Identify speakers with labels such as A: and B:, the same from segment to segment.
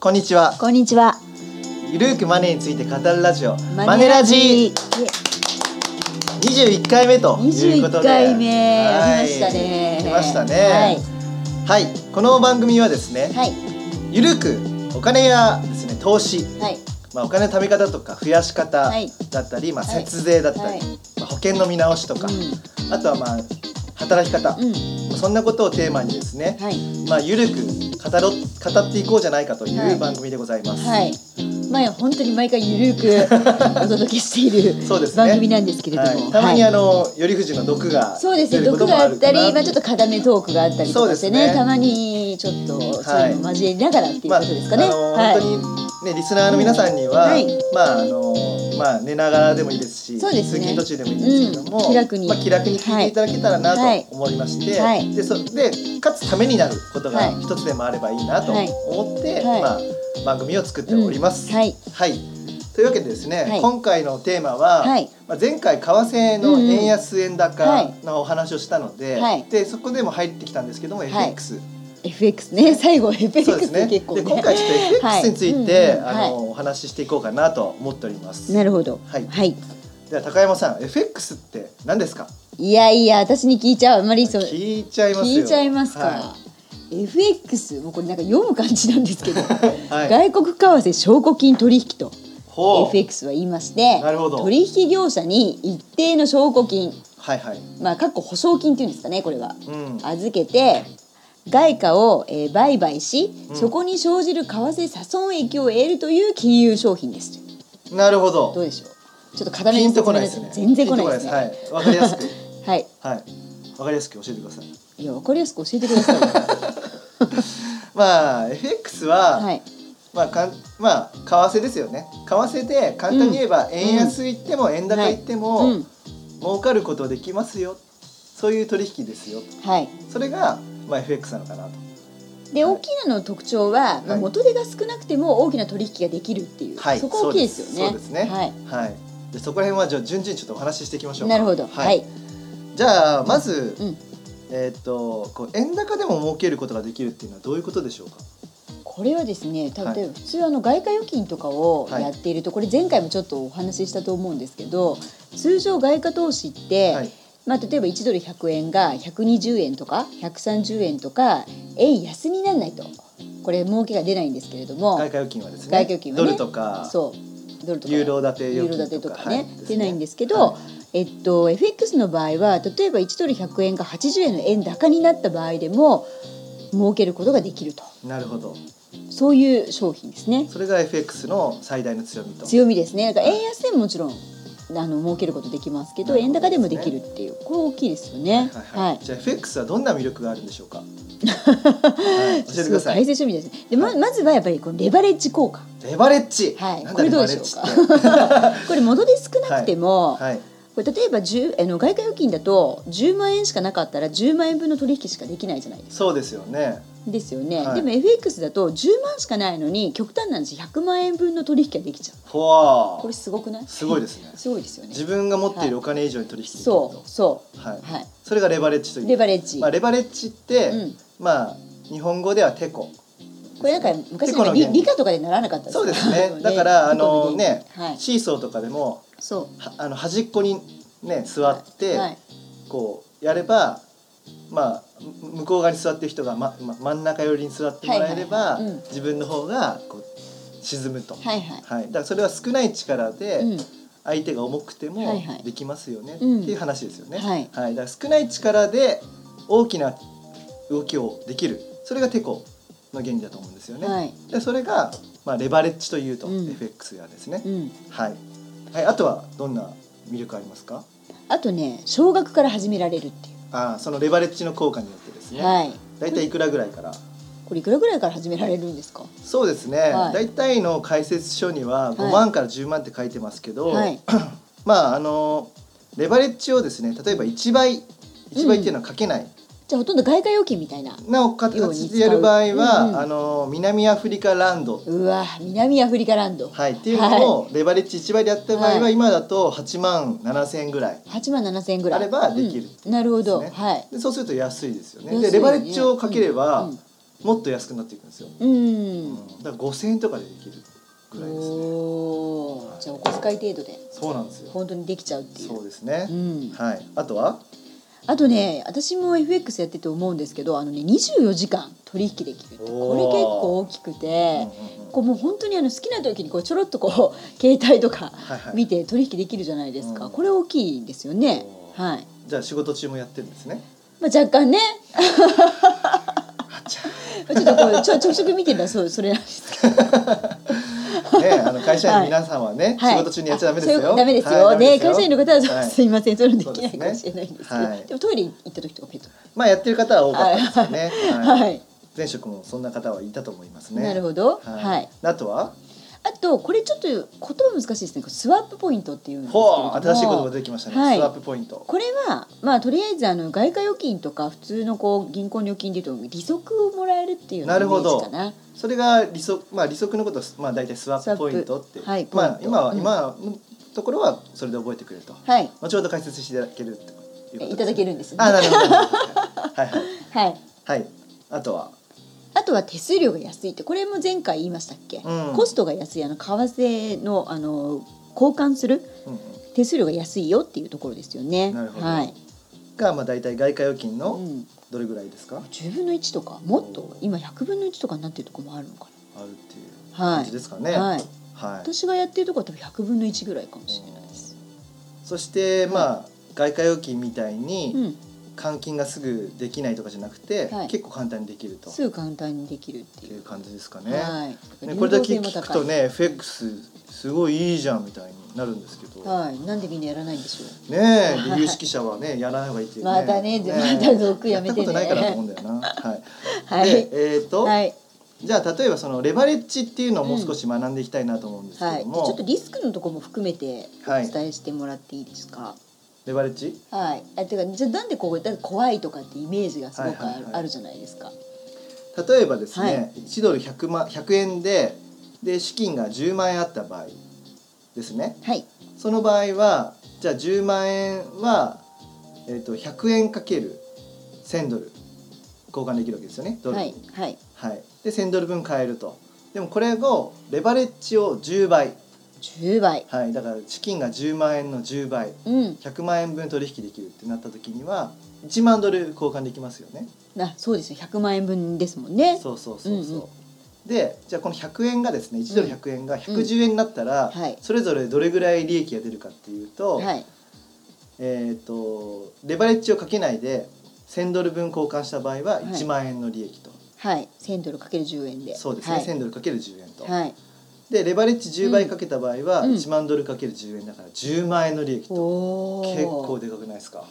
A: こんにちは。
B: こんにちは。
A: ゆるくマネーについて語るラジオ。マ
B: マ
A: ネ
B: ネ
A: ラ
B: ラ
A: ジ
B: ジ。
A: 二十一回目と
B: 二十
A: いうこ
B: 一
A: とで。
B: 回目。
A: はい
B: 来ましたね。
A: 来ましたね。
B: はい。
A: はい、この番組はですね、
B: はい。
A: ゆるくお金やですね投資、
B: はい。
A: まあお金の貯め方とか増やし方
B: はい
A: だったり、まあ
B: はい
A: 節税だったり、
B: はい
A: まあ保険の見直しとか、あとはまあ働き方、
B: うん。うん。
A: そんなことをテーマにですね、
B: はい。
A: まあゆるく語ろ語っていこうじゃないかとい
B: は
A: う
B: い
A: 番組でございます。
B: はい。前本当に毎回ゆるく お届けしている
A: そうですね
B: 番組なんですけれども、
A: はいたまに
B: はい
A: あの頼藤の毒が
B: そうですね
A: 出るこ
B: 毒
A: とも
B: があ
A: る
B: った
A: かな
B: り、まあちょっと固めトークがあったりとかして
A: そうです
B: ね、
A: ね
B: たまにちょっとそういうのを交えながらっていう
A: まあ
B: ことですかね。
A: あの
B: は
A: 本
B: い。
A: 当にねリスナーの皆さんには、
B: はい
A: まああのまあ寝ながらでもいいですし、
B: そうです
A: 通
B: ね
A: 勤途中でもいいんですけども、
B: うん気楽に
A: まあ気楽に聞いていただけたらな
B: はい
A: と思いまして、
B: はい
A: でそでかつためになること
B: は
A: が
B: い
A: 一つでもあればいいなと
B: はい
A: 思って、
B: はい
A: まあ番組を作っております。
B: うんはい。
A: はい。というわけでですね、
B: はい
A: 今回のテーマは、
B: はい
A: まあ前回為替の円安円高のお話をしたので、
B: はい
A: でそこでも入ってきたんですけども、FX。
B: FX ね、最後 FX
A: そうですね。
B: 結構ね。
A: で今回ちょっと FX につい
B: はい
A: て、
B: うんうん
A: あの、お話ししていこうかなと思っております。
B: なるほど。
A: はい
B: はい。
A: では高山さん、FX って何ですか？
B: いやいや、私に聞いちゃう。あんまりそう。
A: 聞いちゃいますよ。
B: 聞いちゃいますか。
A: は
B: FX もうこれなんか読む感じなんですけど、
A: い。はい
B: 外国為替証拠金取引と
A: ほう
B: FX は言いまして
A: なるほど
B: 取引業者に一定の証拠金
A: はいはい。
B: まあかっこ保証金っていうんですかねこれは、
A: うん
B: 預けて外貨を、えー売買し、
A: うん
B: そこに生じる為替差損益を得るという金融商品です
A: なるほ
B: どう
A: ど。
B: でしょうちょっと固め
A: ピ
B: に
A: ン
B: 説
A: と
B: 明
A: こない
B: で
A: ですすね。
B: 全然来ないですね
A: ピンとこないですはい。わかりやすく。
B: はい
A: はい。わかりやすく教えてください。
B: いやわかりやすく教えてくださいよ
A: まあ FX は、
B: はい
A: まあかんまあ為替ですよね。為替で簡単に言えば、円安いっても円高いっても、
B: うん
A: 儲かることできますよ。そういう取引ですよ。
B: はい
A: それが、まあ、FX なのかなと。
B: で大きなの特徴は、ま
A: は
B: あ、
A: い
B: 元手が少なくても大きな取引ができるっていう、
A: はい、
B: そこ大きいですよね。
A: そうですそうですね。
B: はい、
A: はい。でそこら辺はじゃあ順々にちょっとお話ししていきましょうか。
B: なるほど、
A: は。
B: はいい、
A: じゃあまず、
B: うん、
A: えーっとこう円高でも儲けることができるっていうのはどういうことでしょうか。
B: これはですね、例えば
A: はい
B: 普通あの外貨預金とかをやっていると、これ前回もちょっとお話ししたと思うんですけど、通常外貨投資って、
A: はい
B: まあ例えば1ドル100円が120円とか130円とか円安にならないと、これ儲けが出ないんですけれども、
A: 外貨預金はですね。
B: 外貨預金はね
A: ドルとか
B: そうドルとか
A: ユーロ建て
B: ユー
A: 預
B: ロ建
A: 金
B: て
A: と
B: と
A: か
B: かね、
A: は
B: 出ないんですけど、
A: は
B: えっと FX の場合は例えば1ドル100円が80円の円高になった場合でも儲けることができると
A: いなるほど。
B: そういう商品ですね
A: それが FX の最大の強みと。
B: 強みですねだから円安でももちろんあの儲けることできますけど
A: なるほ
B: 円
A: ど
B: 高でもできるっていうこれ大きいですよね
A: はいは。
B: はいい。
A: じゃあ FX はどんな魅力があるんでしょ うか。はい、教えて
B: す
A: くだ
B: ごい
A: さ
B: 改
A: い。
B: 正商品ですねでままずはやっぱりこのレバレッジ効果
A: レバレッジ。
B: はい
A: なん
B: こ
A: だレ
B: れどう
A: バ
B: で
A: レ
B: し
A: ッ
B: ょ
A: ジ
B: う
A: っ
B: か
A: て。
B: これ元手少なくても、
A: はい。
B: これ例えば10あの外貨預金だと10万円しかなかったら10万円分の取引しかできないじゃないですか
A: そうですよね。
B: ですよね、
A: はい
B: でも FX だと10万しかないのに極端な話100万円分の取引ができちゃう
A: ほ
B: こ
A: わ
B: れ。すごくない
A: すごいですね
B: すごいですよね
A: 自分が持っているお金以上に取引できる
B: そ
A: と
B: う。そう
A: はい。
B: はい
A: それがレバレッジという。
B: レバレッジ、
A: まあレバレッジって
B: うん
A: まあ日本語ではテコ。
B: これなんか昔
A: テコ
B: の
A: の
B: 理
A: 原理
B: 理科とかでならなかった
A: そうです
B: か
A: ね。だからあのね
B: テコ原理はい
A: シーソーとかでも
B: そ
A: はあの端っこにね座っ
B: う、
A: て
B: はい、
A: こうやれば。まあ、む向こう側に座ってる人が、まま、真ん中寄りに座ってもらえれば、
B: はいはいはいうん
A: 自分の方がこう沈むと、
B: はいはい
A: はい、だからそれは少ない力で
B: うん
A: 相手が重くて
B: は
A: も
B: いはい
A: できますよねって
B: うん
A: いう話ですよね。
B: はい
A: だから少ない力で大きな動きをできるそれがテコの原理だと思うんですよね。
B: はい
A: でそれが、まあ、レバレッジというと、
B: うん
A: FX がですね、
B: うん、
A: はいはい。あとはどんな魅力ありますか
B: あとね少額から始められるってい
A: あーそのレバレッジの効果によってです
B: う、
A: ね、
B: はい
A: だいたいいくらぐらいから
B: これいくらぐらいから始められるんですか
A: そうですね、
B: はい
A: だいたいの解説書には5万から10万って書いてますけど、
B: はい
A: まああのレバレッジをですね例えば1倍1倍っていうのはかけない、
B: じゃあほとんど外貨預金みたいな
A: なおかつでやる場合は、
B: うんうん
A: あの南アフリカランド、
B: うわ南アフリカランド、
A: はい、っていうの
B: は
A: をレバレッジ1倍でやった場合は、
B: はい
A: 今だと8万7千円ぐらい
B: い、8万7千円ぐらい
A: あればできる
B: うんなるほど、
A: ですね
B: はい
A: でそうすると安いですよね
B: 安い
A: で
B: ね
A: レバレッジをかければ、
B: うんうん
A: もっと安くなっていくんですよ、
B: うん
A: うんだから5,000円とかでできるぐらいですね
B: おー
A: はい
B: じゃあお小遣い程度で
A: そうなんですよ
B: 本当にできちゃうっていう
A: そうですね、
B: うん、
A: はいあとは
B: あとね私も FX やってて思うんですけどあのね24時間取引できるってこれ
A: おー
B: 結構大きくて、
A: うんうんうん
B: こうもう本当にあの好きな時にこうちょろっとこう 携帯とか
A: はいはい
B: 見て取引できるじゃないですか、
A: うん
B: これ大きいですよね
A: お、ー
B: はい
A: じゃあ仕事中もやってるんですね
B: まあ、若干ね
A: あちゃ
B: ちょっとこうちょちょくちょく見てるのはそうそれなんですけど
A: ねあの会社員の皆さんはね、
B: はい
A: 仕事中にやっちゃダメです
B: あそう
A: よ。
B: ダメですよ、
A: はいダメ
B: ね
A: ですよ
B: 会社員の方は、
A: はい
B: すいませんそういうのできない
A: そう
B: かも
A: です
B: しれ
A: ね
B: ないんですけどで,、
A: はい
B: もトイレ行った時とかペット
A: まあやってる方は多かったですよね。
B: はい、
A: はい前職もそんな方はいたと思いますね。
B: なるほど
A: はい。
B: はい
A: あとは、
B: あとこれちょっと言葉難しいですねこうスワップポイントっていうんですけれど
A: ほ
B: も
A: う新しい言葉出てきましたね。
B: はい
A: スワップポイント。
B: これはまあとりあえずあの外貨預金とか普通のこう銀行の預金でいうと利息をもらえるっていうよう
A: なるほど
B: イメージかな
A: それが利息まあ利息のことをまあ大体スワップポイントって、
B: スワップ
A: ま
B: はい
A: あ
B: ポイント
A: 今は、
B: うん
A: 今のところはそれで覚えてくれると。
B: はい
A: 後ほど解説していただけるっていうことですね
B: いただけるんですね
A: あなるほど。はいはい
B: はい
A: はい。あとは。
B: あとは手数料が安いってこれも前回言いましたっけ、
A: うん
B: コストが安いあの為替のあの交換する
A: うんうん
B: 手数料が安いよっていうところですよね
A: なるほど
B: はい、
A: がまあ大体外貨預金
B: う
A: の
B: ん、
A: どれぐらいですか、
B: 10分の1とかもっと今100分の1とかになってるとこもあるのか
A: あるっていう
B: なは
A: 感
B: い
A: じですかね。
B: はい
A: はい
B: 私がやってるとこは多分100分の1ぐらいかもしれないです。
A: そして、まあ外貨預金みたいに、
B: うん、
A: 換金がすぐできないとかじゃなくて、
B: はい
A: 結構簡単にできるとっ
B: すぐ簡単にできるって
A: て
B: い
A: いう
B: う。
A: 感じですかね。
B: はい。
A: ね
B: 流
A: これだ
B: 動
A: け
B: 性も
A: 聞く
B: 高
A: と
B: い。
A: ね FX すごいいいじゃんみたいになるんですけど、
B: はい、なんでみんなやらないんでしょう。
A: ねえ
B: はい
A: 有識者はねやらない方がいいっていうね
B: またねまた毒やめて
A: やったこと
B: ね
A: ないからと思うんだよな。はい、
B: はい。
A: でえっ、と、
B: はい。
A: じゃあ例えばそのレバレッジっていうのをもう少し学んでいきたいなと思うんですけ
B: はい。
A: ど
B: ち
A: も、
B: ょっとリスクのとこも含めてお
A: はい
B: 伝えしてもらっていいですか。
A: レバレッジ
B: はい。あてかじゃあなんでこうだって怖いとかってイメージがすごく
A: はいは
B: あ
A: い
B: る
A: はい
B: あるじゃないですか。
A: 例えばです
B: は
A: ね、1ドル100万100円でで資金が10万円あった場合ですね。
B: はい。
A: その場合はじゃあ10万円は、えー、と100円かける1000ドル交換できるわけですよねドル
B: は
A: に
B: い。はい。
A: はいで1000ドル分買えるとでもこれをレバレッジを10倍、
B: 10倍。
A: はい、だから資金が10万円の10倍
B: うん。
A: 100万円分取引できるってなった時には1万ドル交換できますよね
B: なそうですね。100万円分ですもんね。
A: そうそうそうそう、
B: うんうん
A: でじゃあこの100円がですね1ドル100円が110円になったら、
B: うんはい
A: それぞれどれぐらい利益が出るかっていうと、
B: はい。
A: えー、とレバレッジをかけないで1000ドル分交換した場合はい1万円の利益と、
B: はい。1000ドルかける10円で。
A: そうですね、
B: はい
A: 1000ドルかける10円と、
B: はい。
A: でレバレッジ10倍かけた場合は
B: うん
A: 1万ドルかける10円だから10万円の利益と、
B: おお。
A: 結構でかくないですか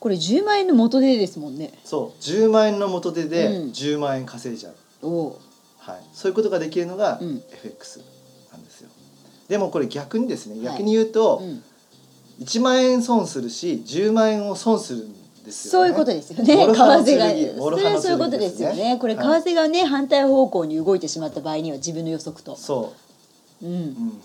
B: これ10万円の元手ですもんね。
A: そう10万円の元手で
B: うん
A: 10万円稼いじゃう、
B: おお。
A: はい、そういうことができるのが
B: うん
A: FX なんですよでもこれ逆にですね
B: はい
A: 逆に言うと、
B: うん
A: 1万円損するし10万円を損するんですよ
B: そう
A: ね
B: いうことですよね。為
A: モロ
B: 替
A: ハ
B: が。
A: の
B: それ
A: 剣モロハ
B: は
A: の
B: そういうこと
A: 剣で
B: ですす
A: ね
B: よね。これ為
A: はい
B: 替がね、反対方向に動いてしまった場合には自分の予測と。
A: そう
B: う。
A: うんん、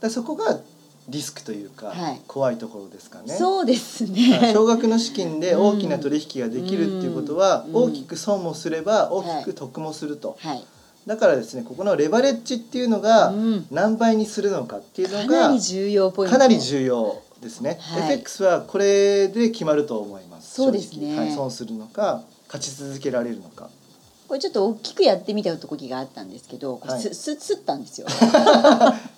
A: だそこがリスクというか、
B: はい
A: 怖いところですかね。
B: そうです
A: はい
B: ね。
A: 少額の資金で大きな取引ができるっていうことは、
B: うん
A: 大きく損もすれば大きく得もすると、
B: はい。
A: だからですねここのレバレッジっていうのが
B: うん
A: 何倍にするのかっていうの
B: かな
A: が
B: り重要ポイント。
A: かなり重要ですね、
B: はい
A: FX はこれで決まると思います
B: そうですね
A: 正直はい、損するのか勝ち続けられるのか
B: これちょっと大きくやってみた時があったんですけど、こ
A: は
B: れ
A: い
B: すすすったんですよ。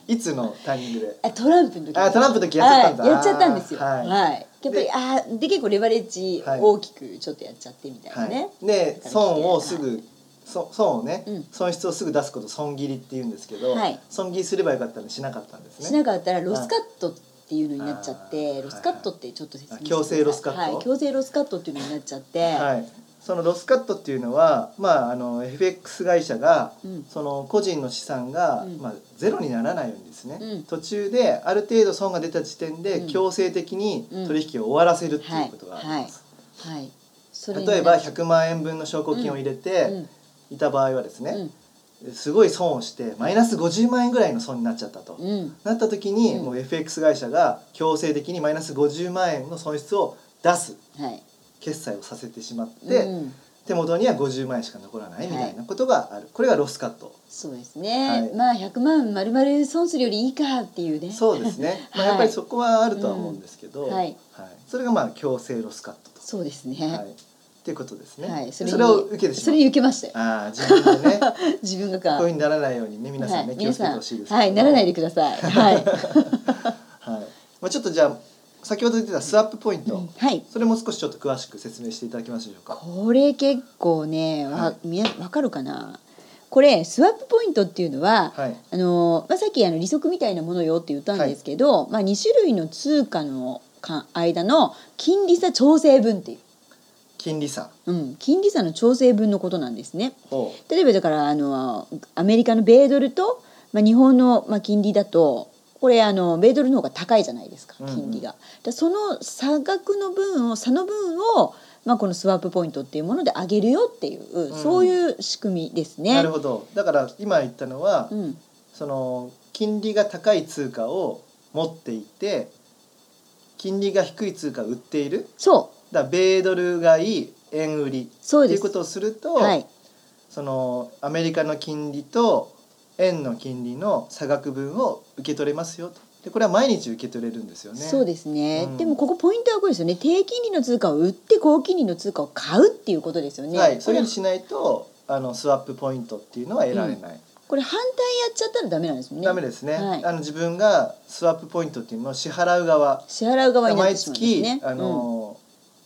A: いつのタイミングで
B: あトランプの時。
A: あトランプの時やっちゃったんだ
B: はいやっちゃったんですよ。
A: は
B: はいい。やっぱり
A: で
B: あーで結構レバレッジ
A: はい
B: 大きくちょっとやっちゃってみたい
A: は、
B: ないね。
A: で損をす
B: は
A: ぐそ損をね、
B: うん
A: 損失をすぐ出すこと損切りって言うんですけど、
B: はい
A: 損切りすればよかったのにしなかったんです
B: し
A: ね
B: なかったらロスカットっていうのになっちゃって、
A: はい
B: ロスカットってちょっと説明して
A: あ強制ロスカット
B: はい、強制ロスカットっていうのになっちゃって、
A: はいそのロスカットっていうのは、まあ、あの FX 会社が、
B: うん
A: その個人の資産が、
B: うん
A: まあ、ゼロにならないようにですね、
B: うん
A: 途中である程度損が出た時点で、
B: うん
A: 強制的に取引を終わらせるっていうことがあります、
B: はい、そ
A: 例えば100万円分の証拠金を入れて
B: ね、
A: いた場合はです
B: うん
A: ね、すごい損をしてマイナス50万円ぐらいの損になっちゃったと、
B: うんうん、
A: なった時に、
B: うん
A: もう FX 会社が強制的にマイナス50万円の損失を出す
B: はい、
A: 決済をさせてしまって、
B: うん
A: 手元には50万円しか残らないみたいなことがある、これがロスカット
B: そうですね、
A: はい
B: まあ100万丸々損するよりいいかっていうね
A: そうです ね、まあ、
B: はい
A: やっぱりそこはあるとは思うんですけど、
B: うんはい
A: それがまあ強制ロスカット
B: そうです
A: と、はい、
B: ね、
A: っていうことですね、
B: はい
A: そ
B: そ
A: れ
B: れ
A: を受けてし
B: そ
A: ま
B: れ
A: う
B: 受けましたよ
A: ああ自分 でねこ
B: 自分が
A: ういうふうにならないようにね皆さんね、気をつけてほしいですけど
B: はい、ならないでくださ い。はい、
A: はいまあ、ちょっとじゃあ先ほど言ってたスワップポイント、
B: はい、
A: それも少しちょっと詳しく説明していただけますでしょうか
B: これ結構ね、わ、
A: は
B: みなわかるかな。これスワップポイントっていうのは、
A: はい
B: あのまあ、さっきあの利息みたいなものよって言ったんですけど、まあ、2種類の通貨の間間の金利差調整分っていう、
A: 金利差
B: うん、金利差の調整分のことなんですね。
A: ほ
B: 例えばだからあのアメリカの米ドルと、まあ、日本の、まあ、金利だとこれあの米ドルの方が高いじゃないですか
A: うんうん
B: 金利が。でその差額の分を差の分を、まあ、このスワップポイントっていうもので上げるよってい
A: ん
B: う、そういう仕組みです
A: う
B: ね。
A: なるほどだから今言ったのは、
B: うん、
A: その金利が高い通貨を持っていて金利が低い通貨を売っている
B: そう
A: だから米ドル買い円売り
B: そ
A: と
B: う
A: い
B: で
A: う
B: す
A: ことをすると、
B: はい、
A: そのアメリカの金利と円の金利の差額分を受け取れますよとでこれは毎日受け取れるんですよね。
B: そうですね、
A: うん
B: でもここポイントはこれですよね低金利の通貨を売って高金利の通貨を買うっていうことですよね。
A: はい、そ
B: こ
A: ういうふ
B: れ
A: うにしないとあのスワップポイントっていうのは得られない、
B: これ反対やっちゃったらダメなんですもんね。
A: ダメですね、
B: はい
A: あの自分がスワップポイントっていうのを支払う側
B: 支払う側になっ
A: 毎
B: てしまうんです
A: 月、
B: ね。
A: あ
B: うん
A: の、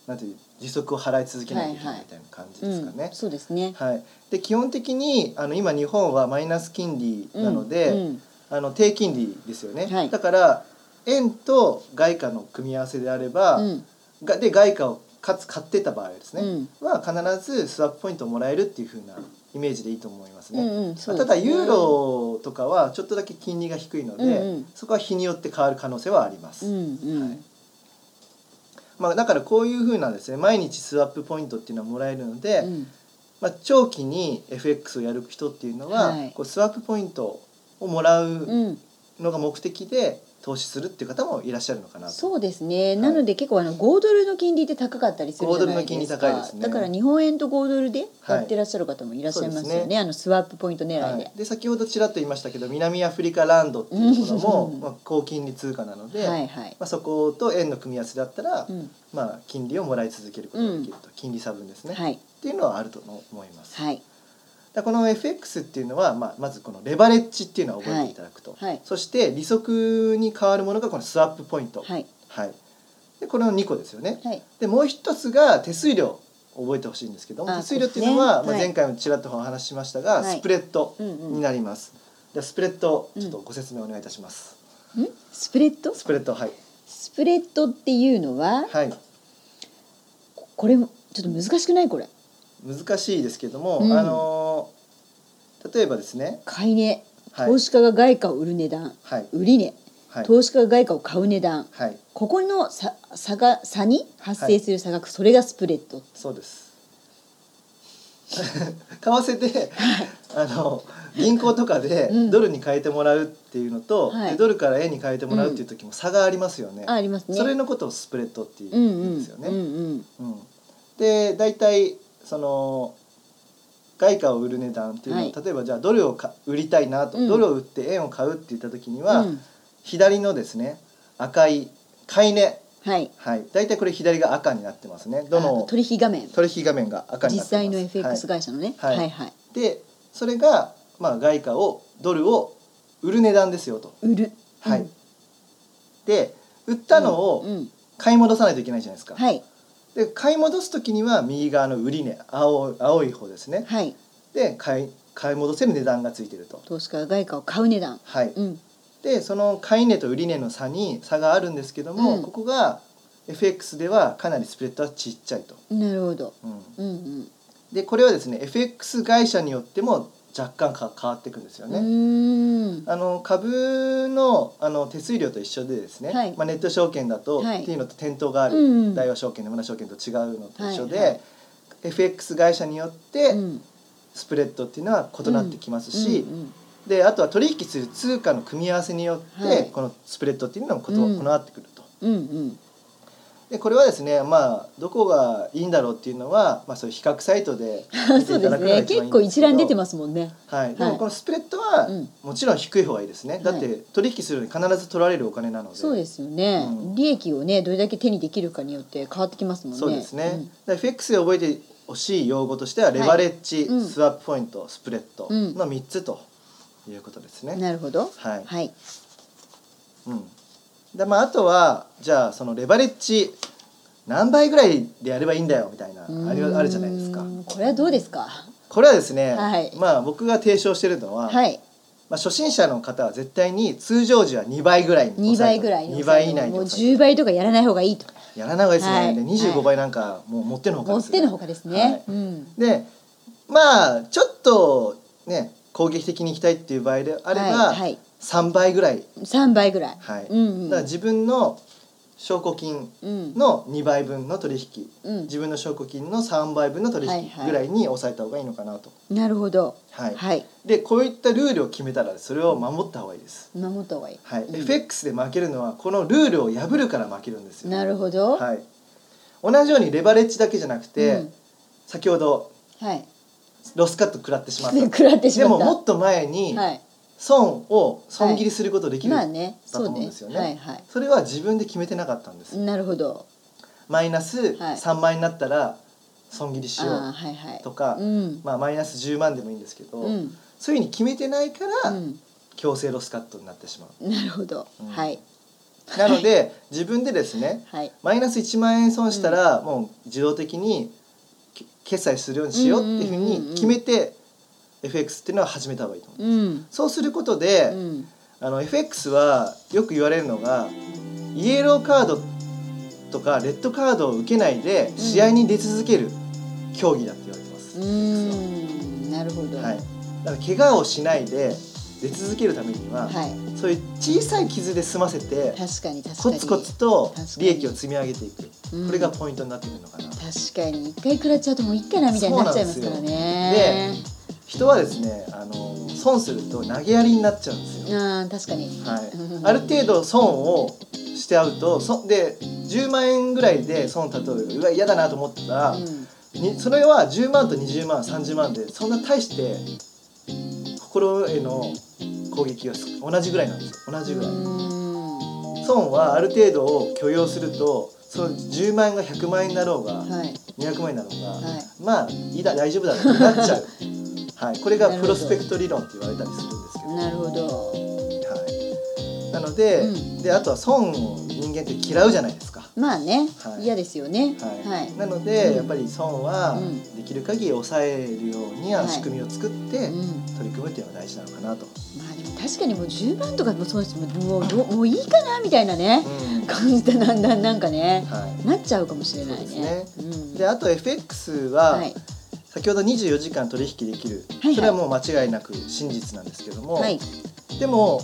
A: なんていう利息を払い続けなきゃいけないみたいな感じですか
B: う
A: ね
B: ん、。そうですね。
A: はいで基本的にあの今日本はマイナス金利なので、
B: うん
A: あの低金利ですよね、
B: はい
A: だから円と外貨の組み合わせであれば、
B: うん
A: がで外貨をかつ買ってた場合ですね、
B: うん
A: は必ずスワップポイントをもらえるっていう風なイメージでいいと思います
B: う
A: ね。
B: んうんそうですね
A: ただユーロとかはちょっとだけ金利が低いので、
B: うんうん
A: そこは日によって変わる可能性はありま
B: う
A: す。
B: んう
A: はい
B: ん
A: まあ、だからこういう風なですね毎日スワップポイントっていうのはもらえるので、
B: うん
A: まあ、長期に FX をやる人っていうのは、
B: はい
A: こうスワップポイントをもらう
B: うん
A: のが目的で投資するっていう方もいらっしゃるのかなと。
B: そうですね。なので結構あの5ドルの金利って高かったりするじゃない
A: 5ドルの金
B: で
A: 利
B: す
A: 高いで
B: か
A: す。ね
B: だから日本円と5ドルで買ってらっしゃる方もいらっしゃいます
A: はいそう
B: よ
A: です
B: ね。あのスワップポイント狙
A: はいい
B: で、。
A: で先ほどちらっと言いましたけど南アフリカランドっていうところ
B: う
A: も
B: ん
A: まあ高金利通貨なので、
B: はいはい。
A: まあ、そこと円の組み合わせだったら、
B: うん
A: まあ、金利をもらい続けることができると、金利差分ですね、っ
B: はい
A: ていうのはあると思います。
B: はい
A: だからこの FX っていうのは、まあ、まずこのレバレッジっていうのは覚えていただくと、
B: はいはい
A: そして利息に変わるものがこのスワップポイント、
B: はい
A: はいでこれの2個ですよね。
B: はい。
A: でもう一つが手数料覚えてほしいんですけども
B: あ
A: 手数料っていうのは、
B: そうですね
A: まあ、
B: はい
A: 前回もちらっとお話ししましたが、
B: はい
A: スプレッド
B: うんうん
A: になります。じゃあスプレッドちょっとご説明お願いいたします。
B: んスプレッド？
A: スプレッドはい
B: スプレッドっていうのは
A: はい
B: これもちょっと難しくないこれ。
A: 難しいですけども、
B: うん
A: あのー例えばですね
B: 買い値、
A: はい
B: 投資家が外貨を売る値段、
A: はい
B: 売り値、
A: はい
B: 投資家が外貨を買う値段。
A: はい
B: ここの差差が差に発生する差額、それがスプレッド。
A: そうです為替であの銀行とかで
B: うん
A: ドルに変えてもらうっていうのと、
B: はい
A: でドルから円に変えてもらうっていう時も差がありますよね。
B: あありますね。
A: それのことをスプレッドってい
B: うんう
A: うん
B: ん
A: ですよね。
B: うんうん
A: うん、で大体その外貨を売る値段っていうのは、
B: はい
A: 例えばじゃあドルをか売りたいなと、
B: うん
A: ドルを売って円を買うって言った時には、
B: うん
A: 左のですね赤い買い値
B: はい。
A: はい大体これ左が赤になってますねど
B: あ
A: の
B: 取引画面
A: 取引画面が赤に
B: 実
A: なってます
B: 際の FX 会社のね。
A: は
B: はいい
A: は
B: はいい、
A: はい、でそれが、まあ、外貨をドルを売る値段ですよと、
B: 売る。
A: は
B: う
A: い
B: ん。
A: で売ったの
B: う
A: を
B: ん
A: 買い戻さないといけないじゃないですか、
B: はい
A: で買い戻す時には右側の売り値青い青い方ですね
B: はい。
A: で買い買い戻せる値段がついてると
B: 投資家が外貨を買う値段。
A: はい、
B: うん
A: でその買い値と売り値の差に差があるんですけども、
B: うん
A: ここが FX ではかなりスプレッドはちっちゃいと、
B: なるほど。
A: うん、
B: うん
A: でこれはですね FX 会社によっても若干か変わっていくんですよ
B: うん。
A: ね、
B: うーん。
A: あの株のあの手数料と一緒でですね、
B: はい
A: まあ、ネット証券だと、
B: はい
A: っていうのと店頭がある、
B: うんうん
A: 大和証券野村証券と違うのと一緒で、
B: はいはい
A: FX 会社によって、
B: うん
A: スプレッドっていうのは異なってきますし、
B: うんうん
A: であとは取引する通貨の組み合わせによって、
B: はい
A: このスプレッドっていうのもこと、
B: うん
A: 異なってくると。
B: うんうん
A: でこれはですねまあどこがいいんだろうっていうのは、まあ、そういう比較サイトで見て
B: そう
A: いただくの
B: です
A: が一
B: ね。
A: 番いいんですけど
B: 結構一覧出てますもんね。
A: はい、で
B: は
A: も
B: い
A: このスプレッドは
B: うん
A: もちろん低い方がいいですね、だって取引するのに必ず取られるお金なので
B: そうですよね、
A: うん
B: 利益をねどれだけ手にできるかによって変わってきますもんね。
A: そうですね、だから FX で覚えてほしい用語としてはレバレッジ、
B: うん
A: スワップポイントスプレッド
B: うん
A: の3つということですね、
B: うんなるほど。
A: はい、
B: はい。
A: うんでまあ、あとはじゃあそのレバレッジ何倍ぐらいでやればいいんだよみたいなあれ
B: うーん
A: あるじゃないですか
B: これはどうですか。
A: これはですね、
B: はい
A: まあ僕が提唱してるのは、
B: はい。
A: まあ、初心者の方は絶対に通常時は2倍ぐらいに
B: 二
A: 抑え
B: 倍
A: た
B: ぐらいの。
A: 2倍以内に
B: もう
A: 抑え
B: 十倍とかやらない方がいいと。
A: たやらない方がいいですね、
B: はい
A: で
B: は
A: 25
B: い
A: 倍なんかもう持ってのほか
B: 持
A: で
B: っ
A: す
B: てのほかですね。
A: はい
B: うん。
A: でまあちょっとね攻撃的にいきたいっていう場合であれば、
B: はいはい
A: 3倍ぐらい、
B: 三倍ぐらい。
A: はい
B: うんうん。
A: だから自分の証拠金
B: うん。
A: の2倍分の取引、
B: うん。
A: 自分の証拠金の3倍分の取
B: はい
A: 引
B: はい
A: ぐらいに抑えた方がいいのかなと。
B: なるほど。
A: はい
B: はい。
A: でこういったルールを決めたらそれを守った方がいいです。
B: 守った方がいい。
A: はい、
B: うん
A: FX で負けるのはこのルールを破るから負けるんですよ。
B: なるほど。
A: はい、同じようにレバレッジだけじゃなくて、
B: うん
A: 先ほど
B: はい。
A: ロスカット食らってしまった
B: で、 食らってし
A: で
B: ま
A: も
B: った。
A: もっと前に
B: はい。
A: 損を損切りすることできる、
B: まあね、
A: だと
B: そう
A: 思うん
B: ね
A: ですよ。ね
B: はいはい。
A: それは自分で決めてなかったんです、
B: なるほど。
A: マイナス
B: はい
A: 3万円になったら損切りしよう、
B: ああ、はいはい。
A: とか
B: うん。
A: まあ、マイナス10万でもいいんですけど、
B: うん。
A: そういうふうに決めてないか
B: う
A: ら
B: ん。
A: 強制ロスカットになってしまう、
B: なるほど。
A: うん
B: はい。
A: なので自分でですね
B: はい。
A: マイナス1万円損したらもう自動的にけ決済するようにしようっていうふう
B: うんうんうんうん
A: に決めて FX っていうのは始めた方がいいと思う、
B: うん。
A: そうすることで、
B: うん。
A: あの FX はよく言われるのがイエローカードとかレッドカードを受けないで試合に出続ける競技だって言われてます、
B: うーん。なるほど。
A: はい、だから怪我をしないで出続けるためには、
B: は
A: そういう小さい傷で済ませて
B: い。確かに確か
A: コ
B: に。
A: ツコツと
B: 確かに
A: 利益を積み上げていく
B: うん
A: これがポイントになってくるのかな、
B: 確かに一回食らっちゃうともういいかなみたいになっちゃいますからね。
A: 人はですねあの損すると投げやりになっちゃうんですよ、
B: ああ確かに。
A: は
B: う
A: い、
B: ん
A: ある程度損をして合うとそで10万円ぐらいで損を例えるうわ嫌だなと思ったら、
B: うん
A: にそれは10万と20万30万でそんな大して心への攻撃がす同じぐらいなんですよ同じぐらい
B: うん
A: 損はある程度を許容するとその10万円が100万円になろうが
B: はい
A: 200万円になろうが、
B: はい。
A: まあいいだ大丈夫だろうってなっちゃう、はい、これがプロスペクト理論って言われたりするんですけど
B: なるほど。
A: はい、なので,、
B: う
A: であとは損を人間って嫌うじゃないですか。
B: まあね
A: はい
B: 嫌ですよね。
A: はい
B: はい。
A: なので、
B: うん
A: やっぱり損は
B: うん
A: できる限り抑えるように
B: はい
A: 仕組みを作って
B: うん
A: 取り組むっていうのが大事なのかなと。
B: まあでも確かにもう10万とかもそうですもうもうどうもういいかなみたいなね感じでだんだんなんかね
A: は
B: なっちゃうかもしれな
A: そ
B: い
A: うで
B: ね。
A: す
B: うん
A: い、であと FX は、
B: はい
A: 先ほど24時間取引できる、
B: はい
A: それはもう間違いなく真実なんですけども、
B: はい
A: でも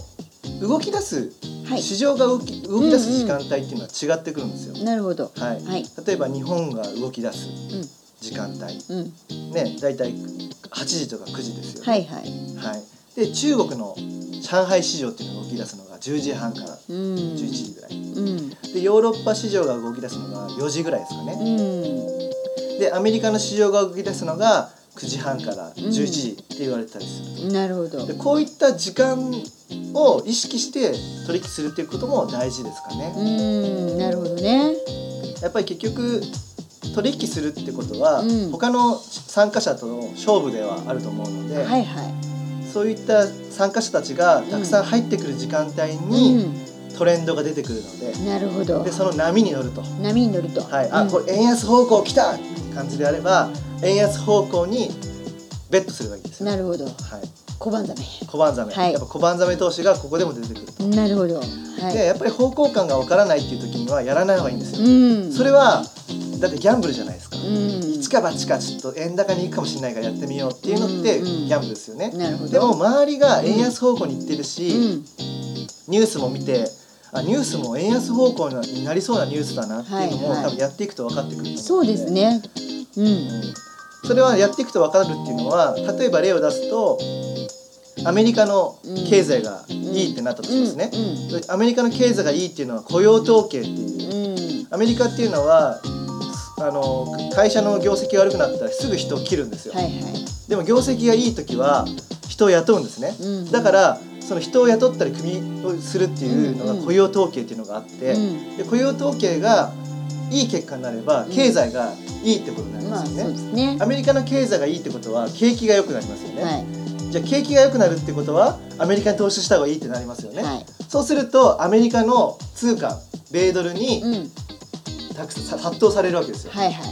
A: 動き出す、
B: はい
A: 市場が動き動き出す時間帯っていうのは違ってくるんですよ。
B: なるほど。
A: はい、
B: はい
A: 例えば日本が動き出す時間帯、
B: うんうん
A: ね、大体8時とか9時ですよね、
B: はいはい。
A: はいで中国の上海市場っていうのが動き出すのが10時半から
B: うん
A: 11時ぐらい、
B: うん
A: でヨーロッパ市場が動き出すのが4時ぐらいですか
B: う
A: ね、
B: ん。
A: でアメリカの市場が動き出すのが9時半から11時って言われてたりする、
B: なるほど
A: で。こういった時間を意識して取引するっていうことも大事ですかね、
B: うーん、なるほどね。
A: やっぱり結局取引するってことは、
B: うん
A: 他の参加者との勝負ではあると思うので、
B: はいは
A: そういった参加者たちがたくさん入ってくる時間帯
B: い。
A: に
B: う
A: トレンドが出てくるので,、
B: ん、なるほど
A: で。その波に乗ると、
B: 波に乗ると。
A: はい、あ
B: うん
A: これ円安方向来たって感じであれば円安方向にベットすればいいんですよ。
B: なるほど。
A: はい、
B: 小判ザメ。
A: 小判ザメ、
B: はい
A: やっぱ小判ザメ投資がここでも出てくると、
B: なるほど。は
A: でやっぱり方向感がわからないっていう時にはやらない方がいいんです
B: い。
A: よ、
B: うん。
A: それはだってギャンブルじゃないですか、
B: うん。
A: 一か八かちょっと円高に行くかもしれないからやってみようっていうのって
B: う
A: ギ
B: んうん
A: ャンブルですよね、
B: なるほど。
A: でも、周りが円安方向に行ってるし、
B: うん。
A: ニュースも見てあニュースも円安方向になりそうなニュースだなっていうのも、
B: はいはい
A: 多分やっていくと分かってくると思の
B: そうです、ね。う。
A: うんんそれはやっていくと分かるっていうのは例えば例を出すとアメリカの経済がいいってなったとしますね、アメリカの経済がいいっていうのは雇用統計っていう
B: うんうんうん
A: アメリカっていうのはあの会社の業績が悪くなったらすぐ人を切るんですよ、
B: はいは
A: でも業績がいい時は人を雇うんですね
B: い、うん、
A: だからその人を雇ったり組をするっていうのが
B: うんうん
A: 雇用統計っていうのがあって、
B: うん
A: で雇用統計がいい結果になれば
B: うん
A: 経済がいいってことになり
B: ま
A: ま
B: あ
A: すよ
B: そ
A: ね、
B: うですね
A: アメリカの経済がいいってことは景気が良くなりますよね、
B: はい
A: じゃあ景気が良くなるってことはアメリカに投資した方がいいってなりますよね、
B: はい
A: そうするとアメリカの通貨米ドルに
B: うん
A: たくさん殺到されるわけですよ
B: はいは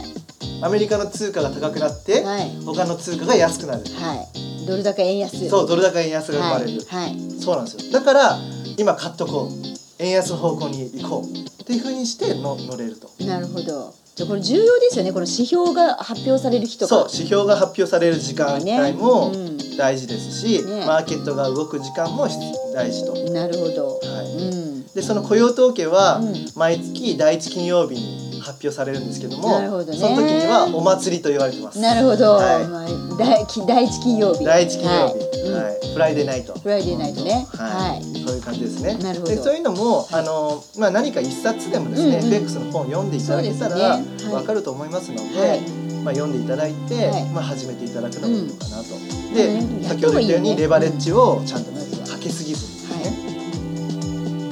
A: アメリカの通貨が高くなって
B: いはい
A: 他の通貨が安くなる
B: はいドル高円安
A: そううドル高円安が生まれる、
B: はい、はい、
A: そうなんですよだから今買っとこう円安の方向に行こうっていう風にしての乗れると
B: なるほど。じゃあこれ重要ですよね。この指標が発表される日とか。
A: そう指標が発表される時間帯も
B: う
A: 大事ですし、
B: ね
A: マーケットが動く時間も大事と、は
B: ん、なるほど。う
A: い、
B: ん。
A: でその雇用統計は
B: うん
A: 毎月第1金曜日に発表されるんですけども
B: なるほどね
A: その時にはお祭りと言われてます
B: なるほど。
A: はい
B: まあ、第一第一金曜日。
A: 第1金曜
B: はい
A: 日、
B: うん
A: はいフライデーナイト
B: フライデーナイトね。
A: は
B: はいい。
A: そういう感じですね。
B: なるほど
A: でそういうのも、あのまあ、何か一冊でもですね、
B: うんうん
A: FX の本を読んでいただけたら、
B: そうですねはい
A: わかると思いますので、
B: はい
A: まあ、読んでいただいて、
B: はい
A: まあ、始めていただくのもいいのかなと。
B: うん
A: で先ほど言ったように
B: やった方がいいね
A: レバレッジをちゃんと
B: まずは
A: かけすぎずにね、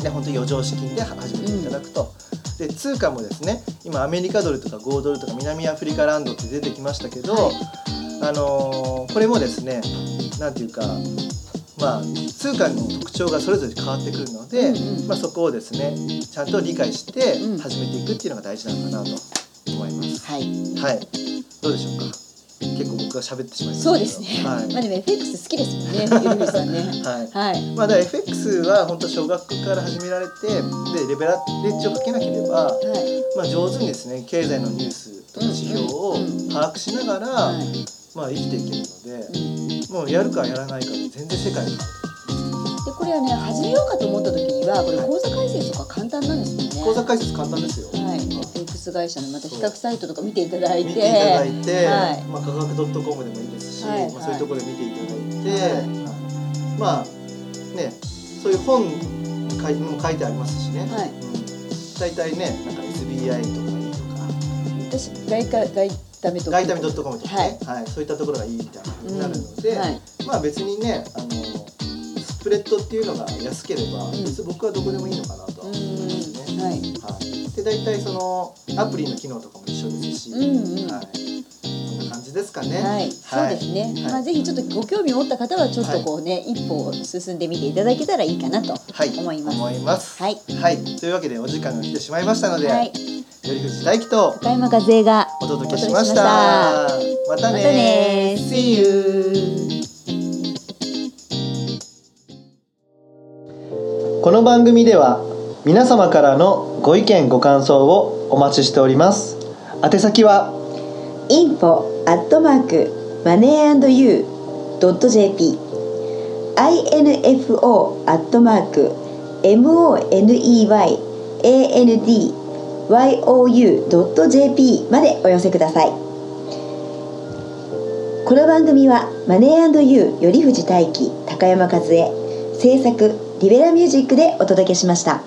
A: で本当に余剰資金で始めていただくと。で通貨もですね今アメリカドルとか5ドルとか南アフリカランドって出てきましたけど、
B: はい
A: あのーこれもですねなんていうかまあ通貨の特徴がそれぞれ変わってくるので、
B: うんうん
A: まあ、そこをですねちゃんと理解して
B: うん
A: 始めていくっていうのが大事なのかなと思います。
B: はい。
A: はい、どうでしょうか結構僕が喋ってしまいましたけど
B: そうですね。
A: はい
B: まあでも FX 好きですもんね。ゆるふさんね。
A: はい
B: はい。
A: まあ、だから FX は本当小学校から始められてでレベラレッジをかけなければ、
B: はい。
A: まあ、上手にですね経済のニュースとか指標を
B: うんうんうん
A: 把握しながら、
B: はい。
A: まあ、生きていけるので、
B: うん
A: もうやるかやらないかで全然世界が
B: でこれはね始めようかと思った時にはこれ
A: はい
B: 口座開設とか簡単なんですもんね。
A: 口座開設簡単ですよ、
B: はい。FX 会社のまた比較サイトとか見ていただいて。
A: 見ていただいて、
B: はい
A: まあ、科学 .com でもいいですし、
B: はい
A: まあ、そういうところで見ていただいて、
B: はい
A: はいまあねそういう本かいも書いてありますしね、
B: はい
A: うん、大体ねなんか SBI とかいいとか
B: 私外貨外為と
A: 外為 .com とか
B: はい
A: ね、はいそういったところがいいみたいになるので、
B: うんはい
A: まあ別にねあのスプレッドっていうのが安ければ、
B: うん
A: 別に僕はどこでもいいのかなとは
B: う
A: 思いますね。
B: んはい
A: はい、で大体そのアプリの機能とかも一緒ですし、
B: うんうん
A: はい、こんな感じですかね。
B: はい、そうですね、
A: はい
B: まあ、ぜひちょっとご興味を持った方はちょっとこうね、一歩進んでみていただけたらいいかなと
A: はい、
B: 思います。
A: 思います。
B: はい、
A: はい、というわけでお時間が来てしまいましたので、
B: はい、
A: よりふじ大輝と
B: 高山和恵が
A: お届けしました。
B: お
A: またね
B: またね
A: See you! この番組では皆様からのご意見ご感想をお待ちしております。宛先は
C: info アットマークマネー &you ドット JP info アットマーク moneyandyou ドット JP までお寄せくださいこの番組はマネー &you より藤大輝高山和恵制作リベラミュージックでお届けしました。